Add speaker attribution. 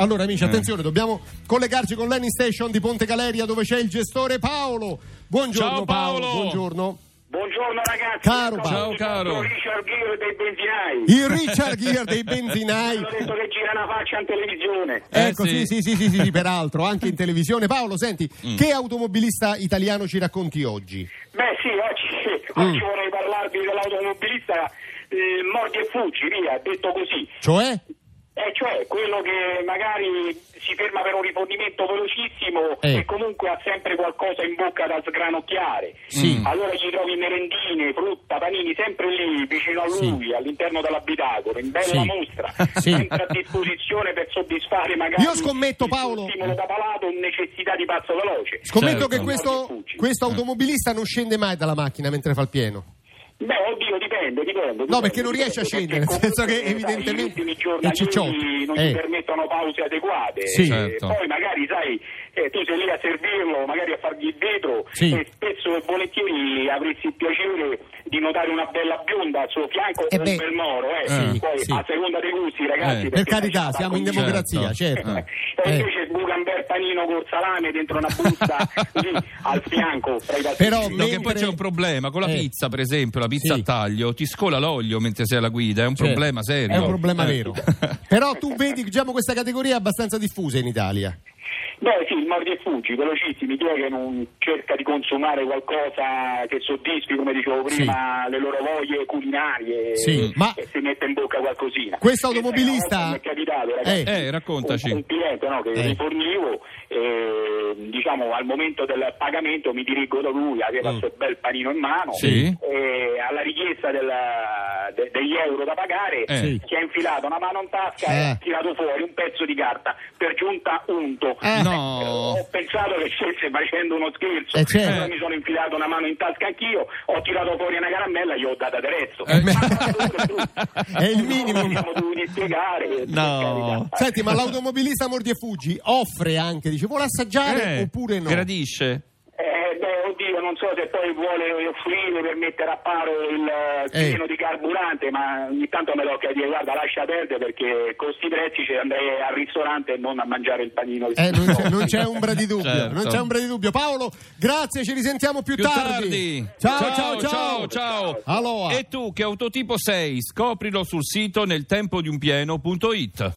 Speaker 1: Allora amici, attenzione, dobbiamo collegarci con l'Annie Station di Ponte Galeria dove c'è il gestore Paolo. Buongiorno
Speaker 2: Ciao, Paolo.
Speaker 1: buongiorno.
Speaker 3: Buongiorno ragazzi,
Speaker 1: Caro
Speaker 3: Ecco,
Speaker 1: Paolo.
Speaker 2: Ciao, caro.
Speaker 3: sono Richard Gere dei Benzinai.
Speaker 1: Il Richard Gere dei benzinai.
Speaker 3: Hanno detto che gira una faccia in televisione.
Speaker 2: Eh,
Speaker 1: Ecco, sì.
Speaker 2: sì. Mm.
Speaker 1: Sì, sì, sì, sì, sì, peraltro, anche in televisione. Paolo, senti, che automobilista italiano ci racconti oggi?
Speaker 3: Beh sì, oggi,
Speaker 1: Mm.
Speaker 3: oggi vorrei parlarvi dell'automobilista eh, Mordi e Fuggi, via, detto così.
Speaker 1: Cioè?
Speaker 3: E cioè quello che magari si ferma per un rifornimento velocissimo
Speaker 1: Eh.
Speaker 3: e comunque ha sempre qualcosa in bocca da sgranocchiare. Mm.
Speaker 1: Sì.
Speaker 3: Allora ci trovi merendine, frutta, panini, sempre lì vicino a lui, all'interno dell'abitacolo, in bella
Speaker 1: Sì.
Speaker 3: mostra,
Speaker 1: Sì.
Speaker 3: sempre a disposizione per soddisfare magari
Speaker 1: Io scommetto,
Speaker 3: il suo
Speaker 1: Paolo-
Speaker 3: stimolo da palato o necessità di pazzo veloce.
Speaker 1: Scommetto
Speaker 2: Certo. Eh.
Speaker 1: che questo, questo automobilista non scende mai dalla macchina mentre fa il pieno.
Speaker 3: Beh, oddio, dipende, dipende.
Speaker 1: No,
Speaker 3: dipende,
Speaker 1: perché non
Speaker 3: dipende,
Speaker 1: riesce a
Speaker 3: perché
Speaker 1: scendere, nel senso che
Speaker 3: comunque, sai,
Speaker 1: evidentemente
Speaker 3: gli ultimi
Speaker 1: è
Speaker 3: giorni aiuti
Speaker 1: cicciotto.
Speaker 3: non
Speaker 1: Eh.
Speaker 3: ti permettono pause adeguate.
Speaker 1: Sì.
Speaker 3: Eh,
Speaker 2: Certo.
Speaker 3: Poi magari, sai, eh, tu sei lì a servirlo, magari a fargli dietro
Speaker 1: Sì.
Speaker 3: e spesso e volentieri avresti il piacere di notare una bella bionda al suo fianco
Speaker 1: Eh
Speaker 3: o
Speaker 1: beh.
Speaker 3: un bel moro, eh.
Speaker 1: Sì,
Speaker 3: Poi
Speaker 1: sì.
Speaker 3: a seconda dei gusti, ragazzi.
Speaker 2: Eh.
Speaker 1: Per
Speaker 3: perché la
Speaker 1: carità,
Speaker 3: città
Speaker 1: siamo in
Speaker 3: conviene.
Speaker 1: democrazia, certo.
Speaker 2: Certo.
Speaker 3: E
Speaker 1: Eh.
Speaker 3: invece sbuca un bel panino col salame dentro una busta lì al fianco tra i
Speaker 1: Però
Speaker 3: passeggeri.
Speaker 1: me-
Speaker 2: No,
Speaker 1: Mentre-
Speaker 2: che poi c'è un problema con la
Speaker 1: Eh.
Speaker 2: pizza, per esempio, la pizza
Speaker 1: Sì.
Speaker 2: a taglio, ti scola l'olio mentre sei alla guida, è un
Speaker 1: Cioè,
Speaker 2: problema serio.
Speaker 1: È un problema
Speaker 2: Eh.
Speaker 1: vero. Però tu vedi, diciamo, questa categoria è abbastanza diffusa in Italia.
Speaker 3: Beh sì, il mordi e fuggi, velocissimi, chi è che non cerca di consumare qualcosa che soddisfi, come dicevo prima, le loro voglie culinarie
Speaker 1: Sì,
Speaker 3: e,
Speaker 1: ma-
Speaker 3: e si mette in bocca qualcosina.
Speaker 1: Questo automobilista-
Speaker 3: Una volta Mi è capitato, ragazzi,
Speaker 1: Eh.
Speaker 2: Eh, raccontaci.
Speaker 3: Un, un cliente no, che
Speaker 1: Eh.
Speaker 3: rifornivo, eh, diciamo al momento del pagamento mi dirigo da lui,
Speaker 1: Oh.
Speaker 3: aveva il suo bel panino in mano,
Speaker 2: Sì.
Speaker 3: e alla richiesta della- de- degli euro da pagare
Speaker 2: Eh.
Speaker 1: Sì.
Speaker 3: si è infilato una mano in tasca e
Speaker 1: Eh.
Speaker 3: ha tirato fuori un pezzo di carta, per giunta unto.
Speaker 1: Eh.
Speaker 2: No.
Speaker 3: Ho pensato che stesse facendo uno scherzo,
Speaker 1: Eh, certo.
Speaker 3: allora mi sono infilato una mano in tasca anch'io, ho tirato fuori una caramella, gli ho data adesso.
Speaker 2: Eh, beh.
Speaker 1: È il minimo.
Speaker 3: Mi siamo dovuti spiegare. per
Speaker 2: No.
Speaker 3: carità.
Speaker 1: Senti, ma l'automobilista mordi e fuggi offre anche, dice, vuole assaggiare
Speaker 2: Eh,
Speaker 1: oppure no?
Speaker 2: Gradisce.
Speaker 3: Eh, beh, oddio, non so se poi vuole offrire per mettere a paro il
Speaker 1: Eh.
Speaker 3: eh, pieno di carburante, ma ogni tanto me lo a dire, guarda, lascia perdere perché con questi prezzi ci andrei al ristorante e non a mangiare il panino.
Speaker 1: Eh, non, c'è, non c'è ombra di dubbio,
Speaker 2: Certo.
Speaker 1: non c'è ombra di dubbio. Paolo, grazie, ci risentiamo più,
Speaker 2: Più tardi.
Speaker 1: Ciao, ciao, ciao.
Speaker 2: ciao, ciao.
Speaker 1: Aloha.
Speaker 2: E tu che autotipo sei? Scoprilo sul sito nel tempo di un pieno.it.